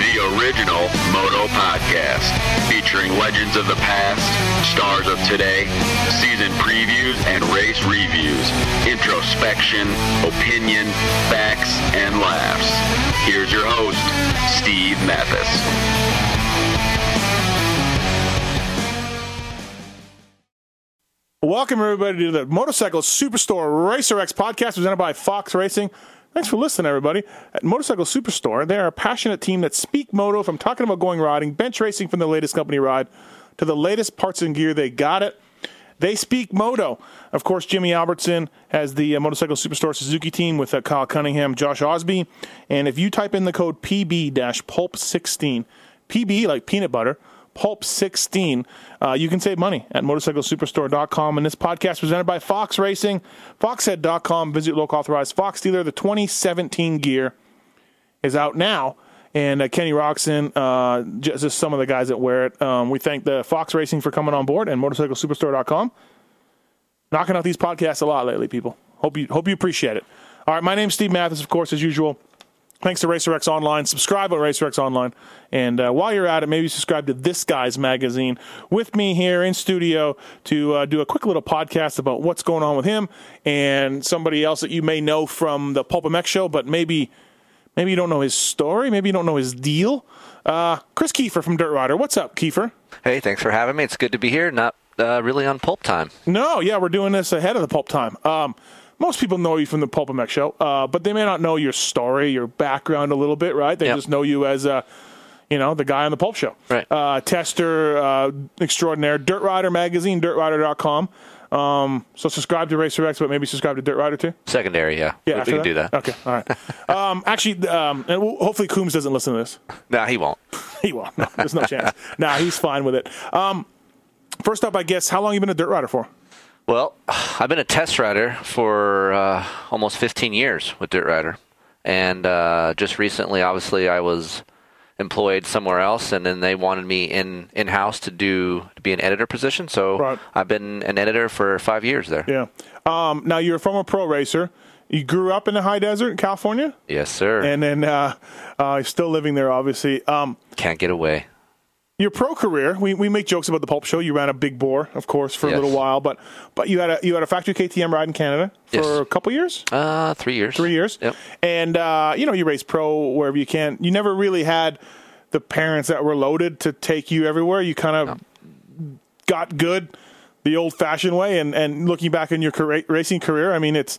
The original Moto Podcast, featuring legends of the past, stars of today, season previews and race reviews, introspection, opinion, facts, and laughs. Here's your host, Steve Mathis. Welcome everybody to the Motorcycle Superstore Racer X podcast presented by Fox Racing. Thanks for listening, everybody. At Motorcycle Superstore, they are a passionate team that speak moto from talking about going riding, bench racing from the latest company ride to the latest parts and gear. They got it. They speak moto. Of course, Jimmy Albertson has the uh, Motorcycle Superstore Suzuki team with uh, Kyle Cunningham, Josh Osby. And if you type in the code PB pulp 16, PB like peanut butter, pulp 16, uh, you can save money at motorcyclesuperstore.com. And this podcast presented by Fox Racing, foxhead.com. Visit local authorized Fox dealer. The 2017 gear is out now. And uh, Kenny Roxon, uh, just, just some of the guys that wear it. Um, we thank the Fox Racing for coming on board and MotorcycleSuperstore.com. Knocking out these podcasts a lot lately, people. Hope you hope you appreciate it. All right, my name's Steve Mathis, of course, as usual. Thanks to RacerX Online. Subscribe at RacerX Online. And uh, while you're at it, maybe subscribe to This Guy's Magazine with me here in studio to uh, do a quick little podcast about what's going on with him and somebody else that you may know from the Pulp MX show, but maybe maybe you don't know his story. Maybe you don't know his deal. Uh, Chris Kiefer from Dirt Rider. What's up, Kiefer? Hey, thanks for having me. It's good to be here. Not uh, really on pulp time. No, yeah, we're doing this ahead of the pulp time. Um, most people know you from the Pulp and Mech show, uh, but they may not know your story, your background a little bit, right? They Yep. just know you as uh, you know, the guy on the Pulp show, Right. Uh, tester uh, extraordinaire, Dirt Rider magazine, dirtrider.com. Um, so subscribe to Racer X, but maybe subscribe to Dirt Rider too. Secondary, yeah. Yeah, we, after we can do that. Okay, all right. um, actually, um, and we'll, hopefully Coombs doesn't listen to this. No, he won't. He won't. No, there's no chance. Nah, he's fine with it. Um, first up, I guess, how long you been a Dirt Rider for? Well, I've been a test rider for uh, almost 15 years with Dirt Rider, and uh, just recently, obviously, I was employed somewhere else, and then they wanted me in in house to do to be an editor position. So Right. I've been an editor for five years there. Yeah. Um, now you're a former pro racer. You grew up in the high desert in California, Yes, sir. and then uh, uh, you're still living there, obviously. Um, Can't get away. your pro career, we, we make jokes about the pulp show. You ran a big bore, of course, for Yes. a little while, but but you had a you had a factory KTM ride in Canada for Yes. a couple years, Uh, three years. three years, Yep. and uh, you know you raced pro wherever you can. You never really had the parents that were loaded to take you everywhere. You kind of got good the old fashioned way. And, and looking back in your car- racing career, I mean, it's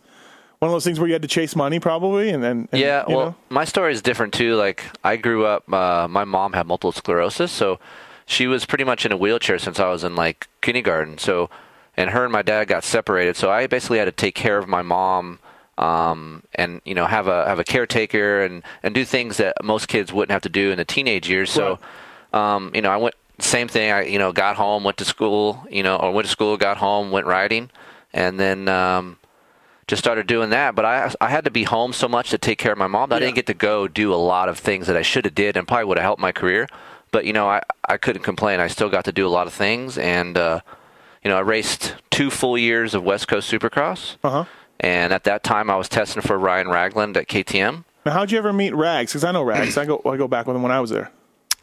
one of those things where you had to chase money probably. And then, and, Yeah, you well, know. my story is different too. Like I grew up, uh, my mom had multiple sclerosis, so she was pretty much in a wheelchair since I was in like kindergarten. So, and her and my dad got separated, so I basically had to take care of my mom, um, and you know have a have a caretaker and and do things that most kids wouldn't have to do in the teenage years. So, um, you know, I went same thing. I you know got home, went to school, you know, or went to school, got home, went riding, and then. Um, just started doing that. But I I had to be home so much to take care of my mom that I didn't get to go do a lot of things that I should have did and probably would have helped my career. But you know I I couldn't complain. I still got to do a lot of things and uh, you know I raced two full years of West Coast Supercross. Uh-huh. And at that time I was testing for Ryan Ragland at KTM. now how'd you ever meet Rags? Cause I know Rags, I go, I go back with him when I was there.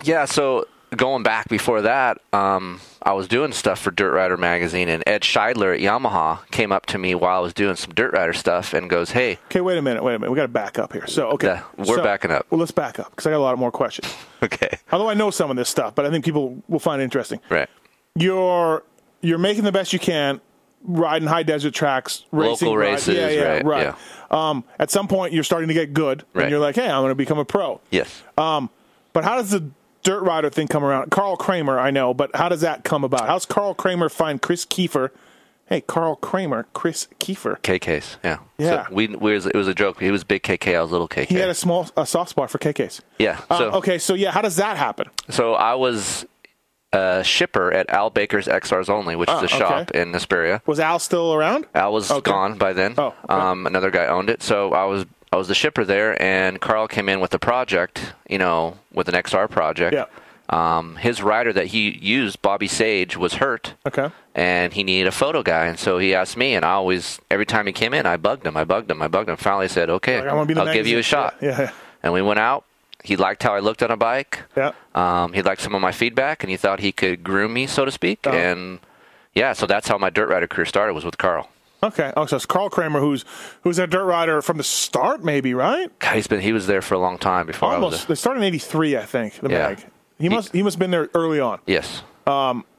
Yeah, so going back before that, um, I was doing stuff for Dirt Rider magazine, and Ed Scheidler at Yamaha came up to me while I was doing some Dirt Rider stuff and goes, "Hey, Okay. Wait a minute. Wait a minute. We got to back up here. So, okay. Yeah, we're So- backing up. Well, let's back up. Cause I got a lot more questions. okay, Although I know some of this stuff, but I think people will find it interesting. right, You're, you're making the best you can riding high desert tracks, racing Local rides. races, Yeah, yeah, right, Um, at some point you're starting to get good Right. and you're like, Hey, I'm going to become a pro. yes." But how does the dirt rider thing come around? Carl Kramer, I know, but how does that come about? How's Carl Kramer find Chris Kiefer Hey, Carl Kramer, Chris Kiefer. KKs. Yeah. Yeah. So we, we was, it was a joke. He was big KK. I was little KK. He had a small a soft spot for KKs. yeah. Uh, So okay, so yeah, how does that happen? so I was a shipper at Al Baker's XRs Only, which is a Oh, okay. shop in Hesperia. Was Al still around? Al was Okay. gone by then. Oh, okay. um, another guy owned it. So I was I was the shipper there, and Carl came in with a project, you know, with an XR project. Yeah. Um, his rider that he used, Bobby Sage, was hurt. Okay. and he needed a photo guy, and so he asked me, and I always, every time he came in, I bugged him, I bugged him, I bugged him. Finally, I said, "Okay, Like, I I'll want to be in the give you a magazine. shot." Yeah, yeah. And we went out. He liked how I looked on a bike. Yeah. Um, he liked some of my feedback, and he thought he could groom me, so to speak. Uh-huh. And yeah, so that's how my dirt rider career started was with Carl. Okay. Oh, so it's Carl Kramer, who's who's a dirt rider from the start, maybe right? God, he's been he was there for a long time before I was. Almost. There. They started in '83, I think. The Yeah. mag. He must he must have been there early on. Yes.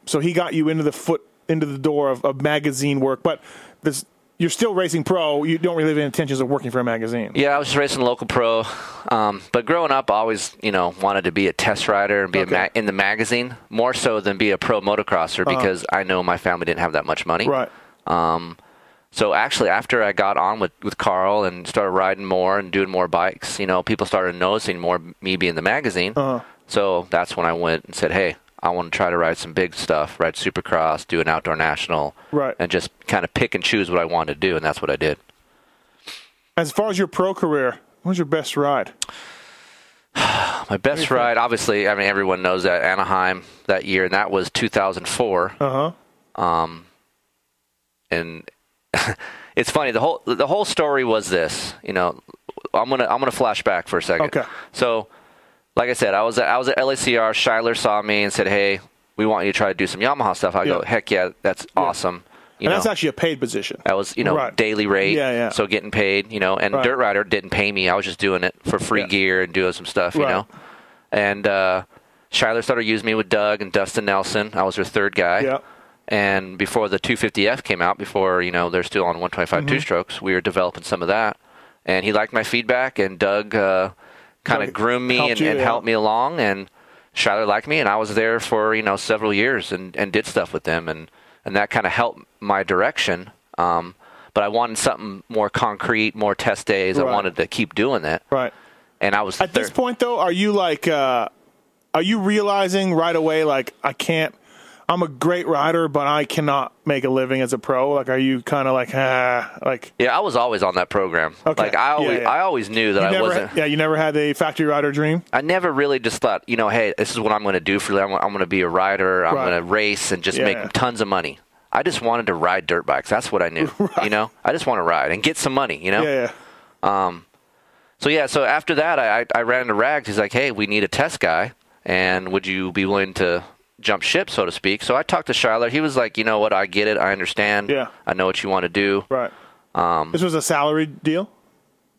So he got you into the foot into the door of, of magazine work, but this you're still racing pro. You don't really have any intentions of working for a magazine. Yeah, I was just racing local pro, um, but growing up, I always you know wanted to be a test rider and be a Okay. Uh-huh. ma- in the magazine more so than be a pro motocrosser because I know my family didn't have that much money. Right. Um, so actually, after I got on with, with Carl and started riding more and doing more bikes, you know, people started noticing more me being in the magazine. So that's when I went and said, "Hey, I want to try to ride some big stuff, ride Supercross, do an outdoor national, Right. and just kind of pick and choose what I wanted to do." And that's what I did. As far as your pro career, what was your best ride? My best ride, obviously, I mean everyone knows that Anaheim that year, and that was 2004. Uh Uh-huh. huh. Um, and it's funny the whole the whole story was this. You know, I'm gonna I'm gonna flash back for a second. Okay. So, like I said, I was at, I was at LACR. Shiler saw me and said, "Hey, we want you to try to do some Yamaha stuff." I go, Yeah. "Heck yeah, that's awesome." You And know, that's actually a paid position. that was, you know, Right. daily rate. Yeah, yeah. So getting paid, you know, and Right. Dirt Rider didn't pay me. I was just doing it for free Yeah. gear and doing some stuff, you Right. know. And uh, Shiler started using me with Doug and Dustin Nelson. I was their third guy. Yeah. And before the 250F came out, before, you know, they're still on 125 Mm-hmm. two strokes, we were developing some of that. And he liked my feedback, and Doug uh, kind Doug of groomed me helped and, you, and yeah. helped me along. And Shiler liked me, and I was there for, you know, several years and, and did stuff with them. And, and that kind of helped my direction. Um, but I wanted something more concrete, more test days. Right. I wanted to keep doing that. Right. And I was At this third- point, though, are you like, uh, are you realizing right away, like, I can't, I'm a great rider, but I cannot make a living as a pro? Like, are you kind of like, ah, like, Yeah, I was always on that program. Okay. Like I Yeah, always, yeah. I always knew that you I never, wasn't. yeah, you never had a factory rider dream? I never really just thought, you know, hey, this is what I'm going to do for. I'm, I'm going to be a rider. I'm Right. going to race and just Yeah, make yeah. tons of money. I just wanted to ride dirt bikes. That's what I knew. You know, I just want to ride and get some money. You know. Yeah, yeah. So yeah, so after that, I I- I ran into Rags. He's like, hey, we need a test guy, and would you be willing to jump ship, so to speak? So I talked to Shiloh. He was like, you know what? I get it. I understand. Yeah. I know what you want to do. Right. Um, this was a salary deal?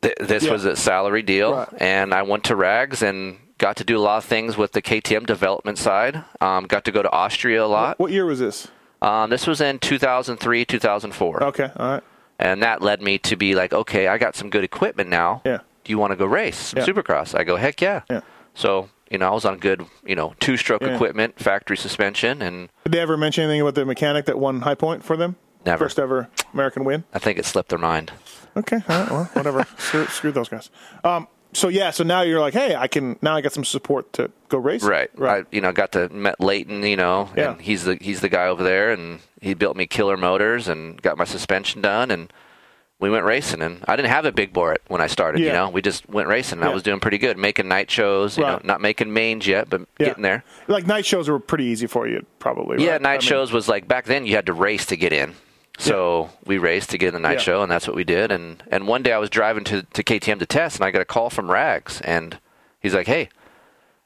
Th- this Yeah. was a salary deal, Right. and I went to Rags and got to do a lot of things with the KTM development side. Um, got to go to Austria a lot. What year was this? Um, this was in 2003, 2004, Okay, all right. and that led me to be like, okay, I got some good equipment now. Yeah. Do you want to go race some Yeah. Supercross? I go, heck yeah. Yeah. So you know, I was on good, you know, two-stroke Yeah. equipment, factory suspension, and Did they ever mention anything about the mechanic that won High Point for them? Never. First ever American win? I think it slipped their mind. Okay, all right, well, whatever. screw, screw those guys. Um, so yeah, so now you're like, hey, I can now I got some support to go race. Right. right. I, you know, got to met Leighton. You know, Yeah. and he's the he's the guy over there, and he built me killer motors and got my suspension done, and we went racing. And I didn't have a big Borat when I started. Yeah. You know, we just went racing. and Yeah. I was doing pretty good, making night shows. You know, Right. not making mains yet, but Yeah. getting there. Like night shows were pretty easy for you, probably. Yeah, right? night I mean, shows was like back then you had to race to get in. So we raced to get in the night Yeah. show, and that's what we did. And and one day I was driving to to KTM to test, and I got a call from Rags, and he's like, "Hey,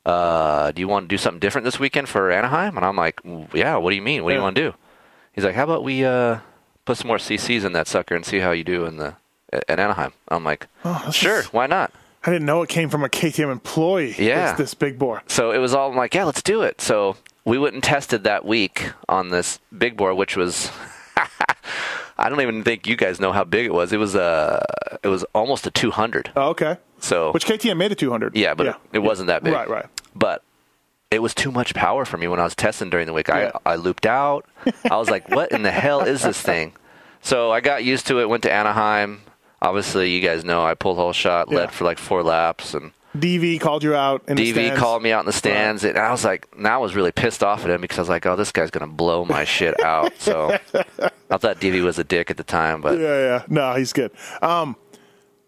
uh, do you want to do something different this weekend for Anaheim?" And I'm like, "W- "Yeah, what do you mean? What do Yeah. you want to do?" He's like, "How about we uh, put some more CCs in that sucker and see how you do in the at at Anaheim?" I'm like, this "Sure, is- why not?" I didn't know it came from a KTM employee. Yeah. this, this big bore. So it was all I'm like, yeah, let's do it. So we went and tested that week on this big board, which was I don't even think you guys know how big it was. It was uh, it was almost a 200. Oh, okay. So Which KTM made a 200. yeah, but It, it wasn't that big. Right, right. But it was too much power for me when I was testing during the week. I, I looped out. I was like, what in the hell is this thing? So I got used to it, went to Anaheim. Obviously, you guys know I pulled whole shot, Yeah. led for like four laps, and DV called you out. In the DV stands. called me out in the stands, and I was like, and I was really pissed off at him because I was like, oh, this guy's gonna blow my shit out. So I thought DV was a dick at the time, but Yeah, yeah. No, he's good. Um,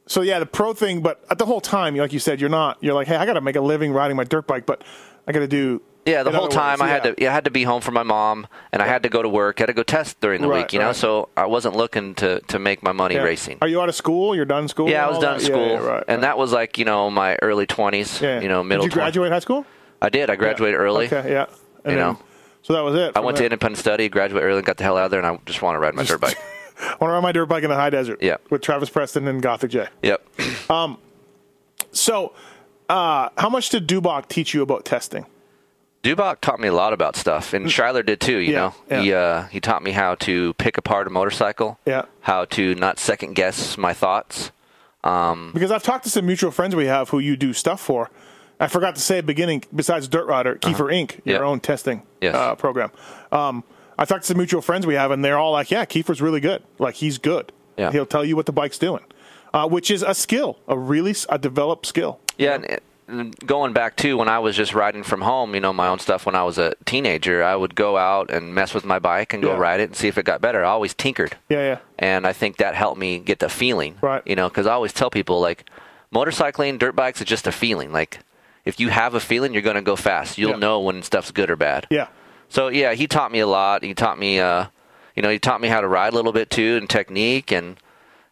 so yeah, the pro thing, but at the whole time, like you said, you're not. You're like, hey, I got to make a living riding my dirt bike, but I got to do. yeah, the in whole other time words, I had yeah. to, yeah, I had to be home for my mom, and I had to go to work, I had to go test during the Right, week, you know. right. So I wasn't looking to to make my money Yeah. E racing. Are you out of school? You're done school. Yeah, I and was all done that? school, Yeah, yeah, right, and right. that was like you know my early twenties, Yeah, yeah. you know middle. Did you 20 graduate high school? I did. I graduated early. Okay, yeah. And You then- know. So that was it. I went to independent study, graduated early, and got the hell out of there, and I just want to ride my dirt bike. I want to ride my dirt bike in the high desert. Yeah. With Travis Preston and Gothic J. Yep. So, uh, how much did Dubach teach you about testing? Dubach taught me a lot about stuff, and Schuyler did too. Mm. You Yeah, know, yeah. he uh, he taught me how to pick apart a motorcycle. Yeah. How to not second guess my thoughts. Because I've talked to some mutual friends we have who you do stuff for. I forgot to say at the beginning, besides Dirt Rider, Kiefer Inc., your Uh-huh. Yeah. own testing Yes. uh, program. Um, I talked to some mutual friends we have, and they're all like, yeah, Kiefer's really good. Like, he's good. Yeah. He'll tell you what the bike's doing, uh, which is a skill, a really s- a developed skill. Yeah. And, it- and going back to when I was just riding from home, you know, my own stuff when I was a teenager, I would go out and mess with my bike and go Yeah. ride it and see if it got better. I always tinkered. Yeah, yeah. and I think that helped me get the feeling. Right. You know, because I always tell people like, motorcycling, dirt bikes is just a feeling. Like, if you have a feeling, you're going to go fast. You'll Yeah. know when stuff's good or bad. Yeah. So yeah, he taught me a lot. He taught me, uh, you know, he taught me how to ride a little bit too, and technique, and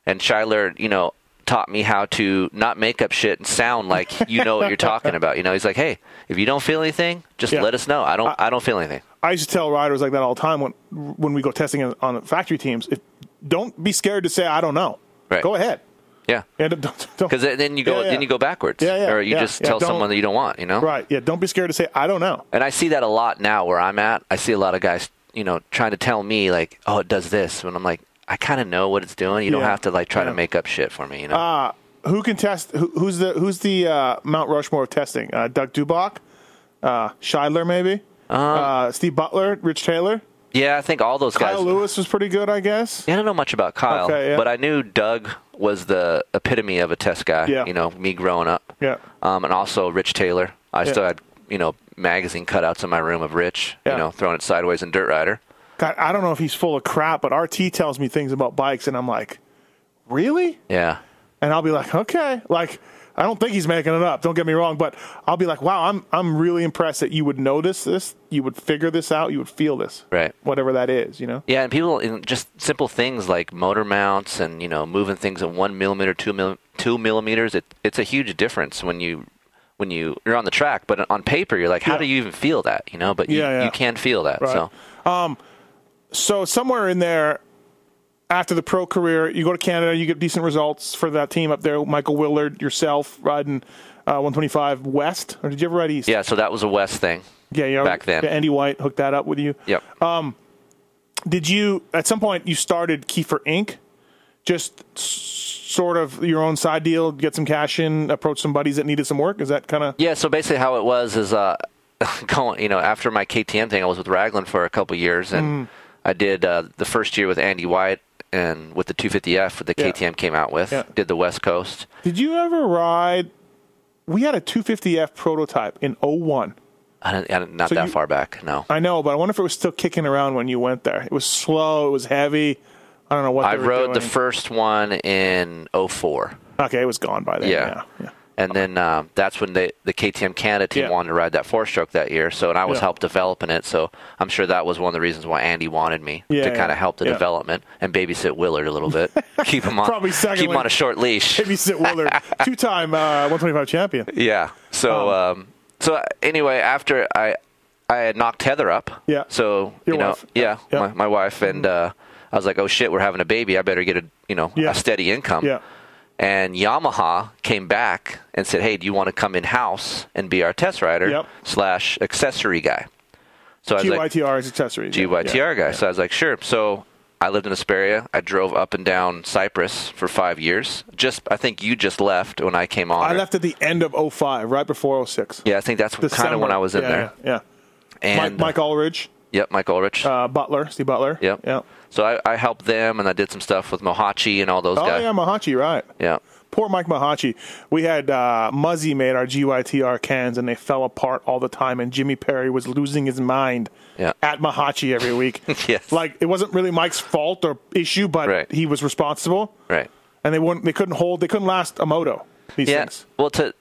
and Schuyler, you know, taught me how to not make up shit and sound like you know what you're talking about. You know, he's like, hey, if you don't feel anything, just Yeah. let us know. I don't, I, don't feel anything. I used to tell riders like that all the time when when we go testing on- on factory teams. If, don't be scared to say I don't know. Right. Go ahead. Yeah. Yeah, don't- don't- don't- Because then you go, Yeah, yeah. then you go backwards, Yeah, yeah, or you yeah, just yeah, tell don't- someone that you don't want. You know. Right. Yeah. Don't be scared to say I don't know. And I see that a lot now where I'm at. I see a lot of guys, you know, trying to tell me like, "Oh, it does this," when I'm like, "I kind of know what it's doing. You don't Yeah. have to like try Yeah. to make up shit for me." You know? Uh, who can test? Who, who's the who's the uh, Mount Rushmore of testing? Uh, Doug Dubach, uh, Scheidler, maybe. Uh-huh. uh, Steve Butler, Rich Taylor, yeah, I think all those Kyle guys. uh-huh. Lewis was pretty good, I guess. Yeah, I don't know much about Kyle, Okay, yeah. but I knew Doug was the epitome of a test guy. Yeah. You know, me growing up. Yeah. Um, and also Rich Taylor. I still had you know magazine cutouts in my room of Rich. Yeah. You know, throwing it sideways in Dirt Rider. God, I don't know if he's full of crap, but RT tells me things about bikes, and I'm like, really? Yeah. and I'll be like, okay, like I don't think he's making it up. Don't get me wrong, but I'll be like, wow, I'm I'm really impressed that you would notice this, you would figure this out, you would feel this, Right. Whatever that is, you know. Yeah, and people and just simple things like motor mounts and you know moving things at one millimeter, two mil, two millimeters. It, it's a huge difference when you when you you're on the track, but on paper you're like, how Yeah. do you even feel that? You know, but you, Yeah, yeah. you can feel that. Right. So So somewhere in there, after the pro career, you go to Canada, you get decent results for that team up there. Michael Willard, yourself riding uh, 125 West, or did you ever ride East? yeah, so that was a West thing. yeah, you back then. Yeah, Andy White hooked that up with you. Yep. did you at some point you started Kiefer Inc. Just s- sort of your own side deal, get some cash in, approach some buddies that needed some work. Is that kind of Yeah, so basically how it was is uh going you know, after my KTM thing I was with Raglan for a couple years and Mm. I did uh, the first year with Andy White and with the 250F that the Yeah. KTM came out with, Yeah. did the West Coast. Did you ever ride? We had a 250F prototype in 01. I don't, I don't, not So that you- Uh, far back, no. I know, but I wonder if it was still kicking around when you went there. It was slow. It was heavy. I don't know what I they were rode the doing. first one in 04. okay, it was gone by then. Yeah. Yeah. yeah. And then um, that's when they, the KTM Canada team Yeah. wanted to ride that four stroke that year. So, and I was Yeah. helped developing it. So, I'm sure that was one of the reasons why Andy wanted me Yeah, to yeah, kind of help the yeah. development and babysit Willard a little bit. keep him on, Probably second keep him one. on a short leash. Maybe Sit Willard, two-time uh, 125 champion. Yeah. So, um, so anyway, after I, I had knocked Heather up. Yeah. So Your you know, wife. yeah, Yeah. Mm-hmm. My, my wife and uh, I was like, oh shit, we're having a baby. I better get a you know Yeah. a steady income. Yeah. And Yamaha came back and said, hey, do you want to come in house and be our test rider Yep. slash accessory guy? So I was like, GYTR is accessories. yeah, GYTR guy. So I was like, sure. So I lived in Asperia. I drove up and down Cyprus for five years. Just I think you just left when I came on. I left at the end of 05, right before 06. Yeah, I think that's kind of when I was in yeah, there. Yeah. yeah. And Mike, Mike Ulrich, yep, Mike Ulrich. uh, Butler, Steve Butler. Yep. Yeah. So I, I helped them, and I did some stuff with Mohachi and all those Oh, guys. yeah, Mahachi, right. yeah. Poor Mike Mahachi. We had uh, Muzzy made our GYTR cans, and they fell apart all the time. And Jimmy Perry was losing his mind Yeah. at Mahachi every week. Yes. like it wasn't really Mike's fault or issue, but Right. he was responsible. Right. And they wouldn't. They couldn't hold. They couldn't last a moto. These Yeah. things. Well, to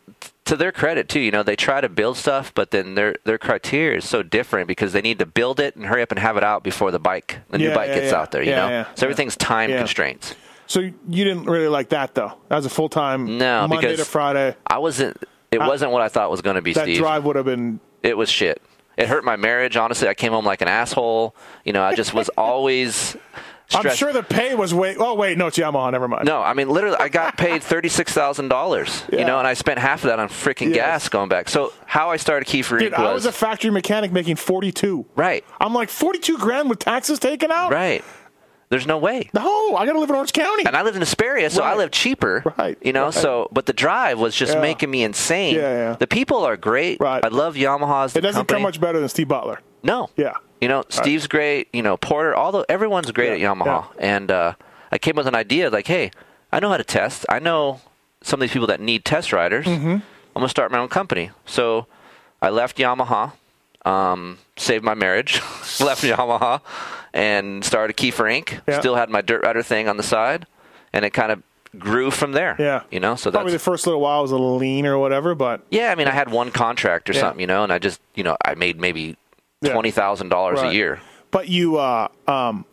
to their credit too, you know, they try to build stuff, but then their their criteria is so different because they need to build it and hurry up and have it out before the bike, the Yeah, new bike yeah, gets yeah. out there. You Yeah, know, yeah, so everything's time Yeah. constraints. So you didn't really like that though. That was a full time No, Monday because to Friday. I wasn't. It wasn't what I thought was going to be. That Steve. drive would have been. it was shit. It hurt my marriage. Honestly, I came home like an asshole. You know, I just was always. I'm stressed- sure the pay was way. Oh wait, no, it's Yamaha. Never mind. No, I mean literally, I got paid thirty six thousand dollars. You Yeah. know, and I spent half of that on Yes. freaking gas going back. So how I started Kiefer Dude, Inc. I was was, a factory mechanic making 42. Right. I'm like 42 grand with taxes taken out. right. There's no way. No, I gotta live in Orange County. And I lived in Hesperia, so I Right. lived cheaper. Right, You know, right. so but the drive was just Yeah. making me insane. Yeah, yeah. The people are great. Right. I love Yamaha's. it doesn't company. come much better than Steve Butler. No. Yeah. You know, Steve's great. You know, Porter. Although everyone's great Yeah, at Yamaha, and uh, I came up with an idea like, hey, I know how to test. I know some of these people that need test riders. Mm-hmm. I'm gonna start my own company. So I left Yamaha, um, saved my marriage, left Yamaha, and started Kiefer Inc. Yeah. Still had my dirt rider thing on the side, and it kind of grew from there. Yeah. You know, so Probably that's the first little while was a little lean or whatever, but yeah, I mean, I had one contract or Yeah. something, you know, and I just, you know, I made maybe Yeah. twenty thousand dollars a Right. year. but you uh um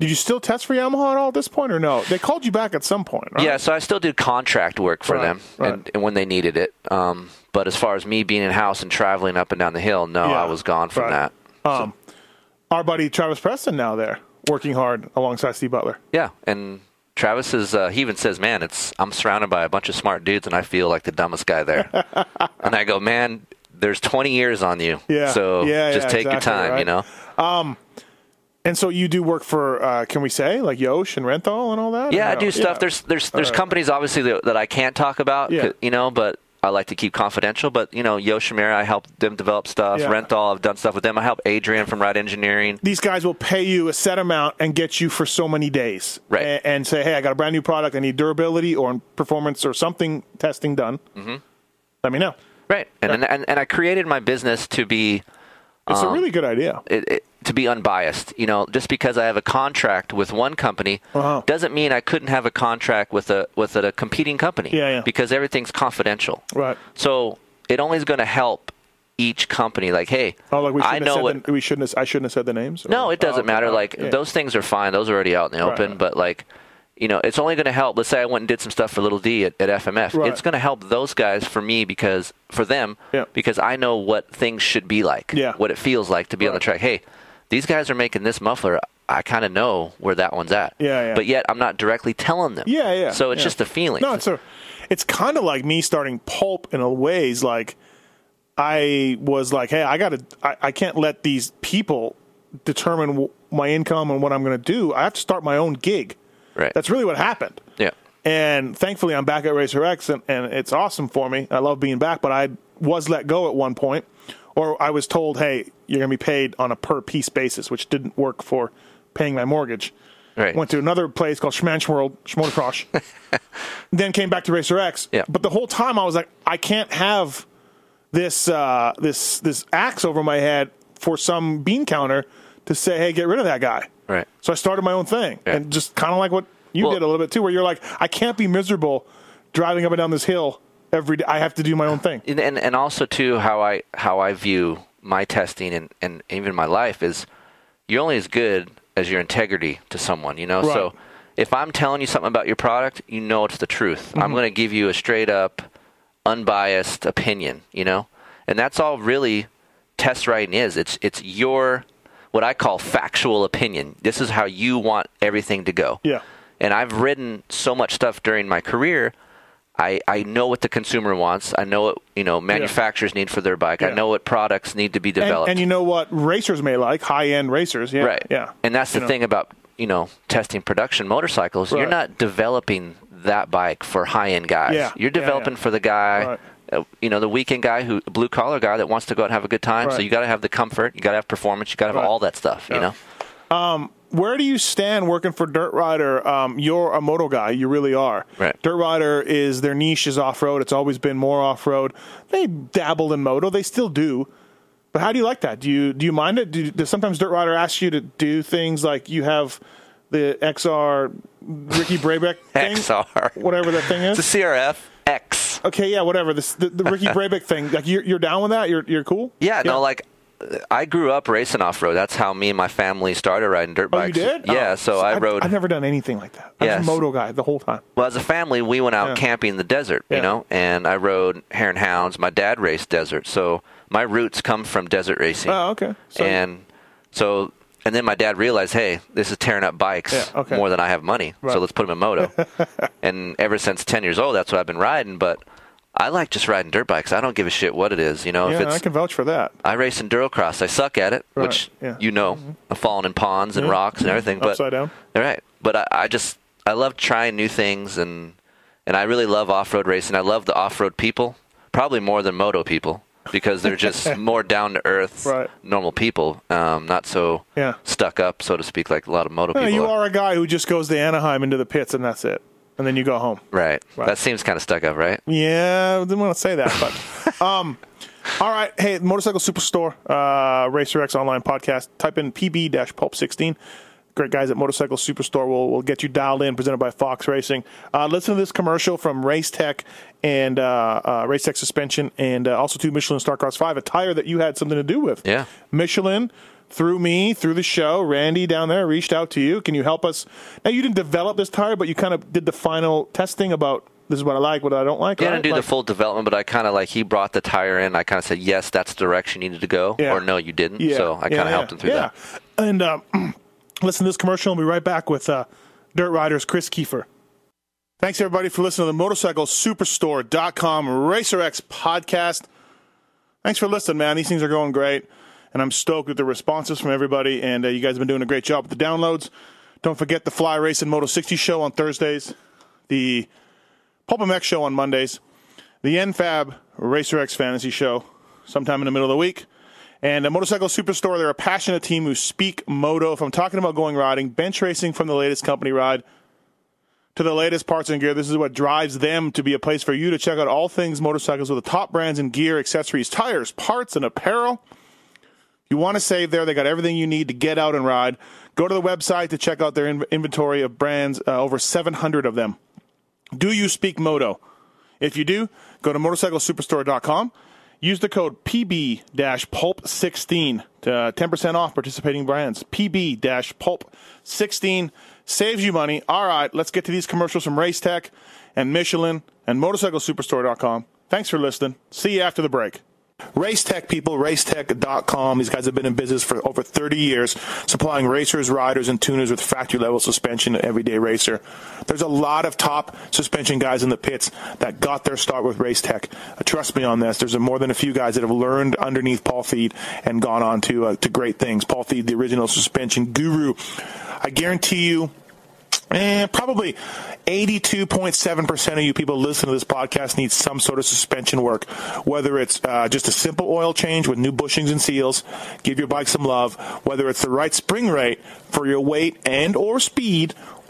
did you still test for Yamaha at all at this point or no? They called you back at some point, right? Yeah, so I still did contract work for Right, them, right. and, and when they needed it. Um, but as far as me being in house and traveling up and down the hill, no, Yeah, I was gone from right. that. Um our buddy Travis Preston now there, working hard alongside Steve Butler. Yeah, and Travis is uh, he even says, "Man, it's I'm surrounded by a bunch of smart dudes, and I feel like the dumbest guy there." and I go, "Man, there's 20 years on you, Yeah, so yeah, just yeah, take your exactly, time, you right. know." And so you do work for uh can we say like Yosh and Renthal and all that? Yeah, or I no? do stuff. Yeah. There's there's there's Alright. companies obviously that, that I can't talk about, Yeah. c- you know, but I like to keep confidential. But you know, Yoshimura, I helped them develop stuff. Yeah. Renthal, I've done stuff with them. I helped Adrian from Ride Engineering. these guys will pay you a set amount and get you for so many days. Right. A- And, say, hey, I got a brand new product. I need durability or performance or something testing done. Mm-hmm. Let me know. Right, and, and and and I created my business to be It's Um, a really good idea. it, it, to be unbiased. You know, just because I have a contract with one company Uh-huh. doesn't mean I couldn't have a contract with a with a, competing company. Yeah, yeah. Because everything's confidential. Right. So it only is going to help each company. Like, hey, Oh, like we I shouldn't have know said what the, we shouldn't have, I shouldn't have said the names. No, it doesn't Oh, matter. okay. Like Yeah. those things are fine. Those are already out in the Right, open. right. But like, you know, it's only going to help. Let's say I went and did some stuff for Little D at, at FMF. Right. It's going to help those guys for me because for them Yeah. because I know what things should be like. Yeah. What it feels like to be on the Right. track. Hey, these guys are making this muffler. I kind of know where that one's at. Yeah, yeah. But yet I'm not directly telling them. Yeah, yeah. So it's yeah. just a feeling. No, it's a, it's kind of like me starting pulp in a ways. Like I was like, hey, I gotta, I, I can't let these people determine w- my income and what I'm going to do. I have to start my own gig. right. That's really what happened. yeah. And thankfully, I'm back at Racer X, and, and it's awesome for me. I love being back, but I was let go at one point, or I was told, hey, you're going to be paid on a per piece basis, which didn't work for paying my mortgage. Right. Went to another place called Schmanch World, Schmotocross, then came back to Racer X. Yeah. But the whole time, I was like, I can't have this uh, this this axe over my head for some bean counter to say, hey, get rid of that guy. Right. So I started my own thing Yeah. and just kind of like what you Well- did a little bit too, where you're like, I can't be miserable driving up and down this hill every day. I have to do my own thing. and, and and also too how I how I view my testing and, and even my life is you're only as good as your integrity to someone, you know. So Right. if I'm telling you something about your product, you know it's the truth. I'm Mm-hmm. going to give you a straight up, unbiased opinion, you know. And that's all really test writing is. It's it's your what I call factual opinion. This is how you want everything to go. Yeah. And I've ridden so much stuff during my career. I, I know what the consumer wants. I know what you know manufacturers need for their bike. Yeah. I know what products need to be And, developed. and you know what racers may like, high end racers. Yeah. right? Yeah. And that's the You know. thing about you know testing production motorcycles, Right. you're not developing that bike for high end guys. Yeah, yeah, You're developing yeah. for the guy. Right. uh, You know the weekend guy who blue collar guy that wants to go out and have a good time. So Right. you got to have the comfort, you got to have performance, you got to have Right. all that stuff. You know, where do you stand working for Dirt Rider? Um, you're a moto guy. You really are. Right. Dirt Rider is their niche is off road. It's always been more off road. They dabbled in moto. They still do. But how do you like that? Do you do you mind it? Do, you- does sometimes Dirt Rider ask you to do things like you have the XR Ricky Brabeck thing, XR. whatever that thing it's a is? CRF X. Okay, yeah, whatever. This, the, the Ricky Brabeck thing. Like you're you're down with that? You're you're cool? Yeah, no, like I grew up racing off road. That's how me and my family started riding dirt Oh, bikes. you did? Yeah, Oh, so I I've- rode. I've never done anything like that. I was Yes. a moto guy the whole time. Well, as a family, we went out Yeah. camping in the desert, Yeah. you know, and I rode hare and hounds. My dad raced desert, so my roots come from desert racing. Oh, okay. So- and so, and then my dad realized, hey, this is tearing up bikes Yeah, okay. more than I have money, Right. so let's put them in moto. and ever since ten years old, that's what I've been riding. But I like just riding dirt bikes. I don't give a shit what it is, you know. if Yeah, it's I can vouch for that. I race endurocross. I suck at it, Right, which yeah. Mm-hmm. you know, I'm falling in ponds and Yeah. Mm-hmm. rocks and everything. But Upside down. All right, but I, I just I love trying new things and and I really love off road racing. I love the off road people, probably more than moto people because they're just more down to earth, Right. normal people, um, not so Yeah. stuck up, so to speak, like a lot of moto No, people. you are a guy who just goes to Anaheim into the pits and that's it, and then you go home. Right. Right. That seems kind of stuck up, right? Yeah, I didn't want to say that, but um, all right. Hey, Motorcycle Superstore, uh, Racer X online podcast. Type in PB Pulp sixteen. Great guys at Motorcycle Superstore will will get you dialed in. Presented by Fox Racing. Uh, listen to this commercial from Race Tech and uh, uh, Race Tech Suspension, and uh, also to Michelin Starcross Five, a tire that you had something to do with. Yeah. Michelin through me, through the show, Randy down there reached out to you. Can you help us? Now you didn't develop this tire, but you kind of did the final testing about this is what I like, what I don't like. Yeah, I right? didn't do Like- the full development, but I kind of like he brought the tire in. I kind of said, yes, that's the direction you needed to go, Yeah. or no, you didn't. So I kind of helped him through that. that. And um, listen to this commercial, and we'll be right back with uh, Dirt Riders Chris Kiefer. Thanks, everybody, for listening to the Motorcycle Superstore.com RacerX podcast. Thanks for listening, man. These things are going great, and I'm stoked with the responses from everybody, and uh, you guys have been doing a great job with the downloads. Don't forget the Fly Race and Moto 60 show on Thursdays, the Pulp MX show on Mondays, the NFAB RacerX fantasy show sometime in the middle of the week. And a motorcycle superstore, they're a passionate team who speak moto. If I'm talking about going riding, bench racing from the latest company ride to the latest parts and gear, this is what drives them to be a place for you to check out all things motorcycles with the top brands in gear, accessories, tires, parts, and apparel. You want to save there. They got everything you need to get out and ride. Go to the website to check out their in- inventory of brands, uh, over 700 of them. Do you speak moto? If you do, go to motorcyclesuperstore.com. Use the code PB pulp 16 to uh, 10% off participating brands. PB pulp 16 saves you money. All right, let's get to these commercials from Race Tech and Michelin and motorcyclesuperstore.com. Thanks for listening. See you after the break. Race Tech people, racetech.com. These guys have been in business for over 30 years, supplying racers, riders, and tuners with factory level suspension to everyday racer. There's a lot of top suspension guys in the pits that got their start with Race Tech. Uh, Trust me on this. There's more than a few guys that have learned underneath Paul Feed and gone on to, uh, to great things. Paul Feed, the original suspension guru. I guarantee you, Eh, probably 82.7% of you people listening to this podcast need some sort of suspension work, whether it's uh, just a simple oil change with new bushings and seals, give your bike some love, whether it's the right spring rate for your weight and or speed,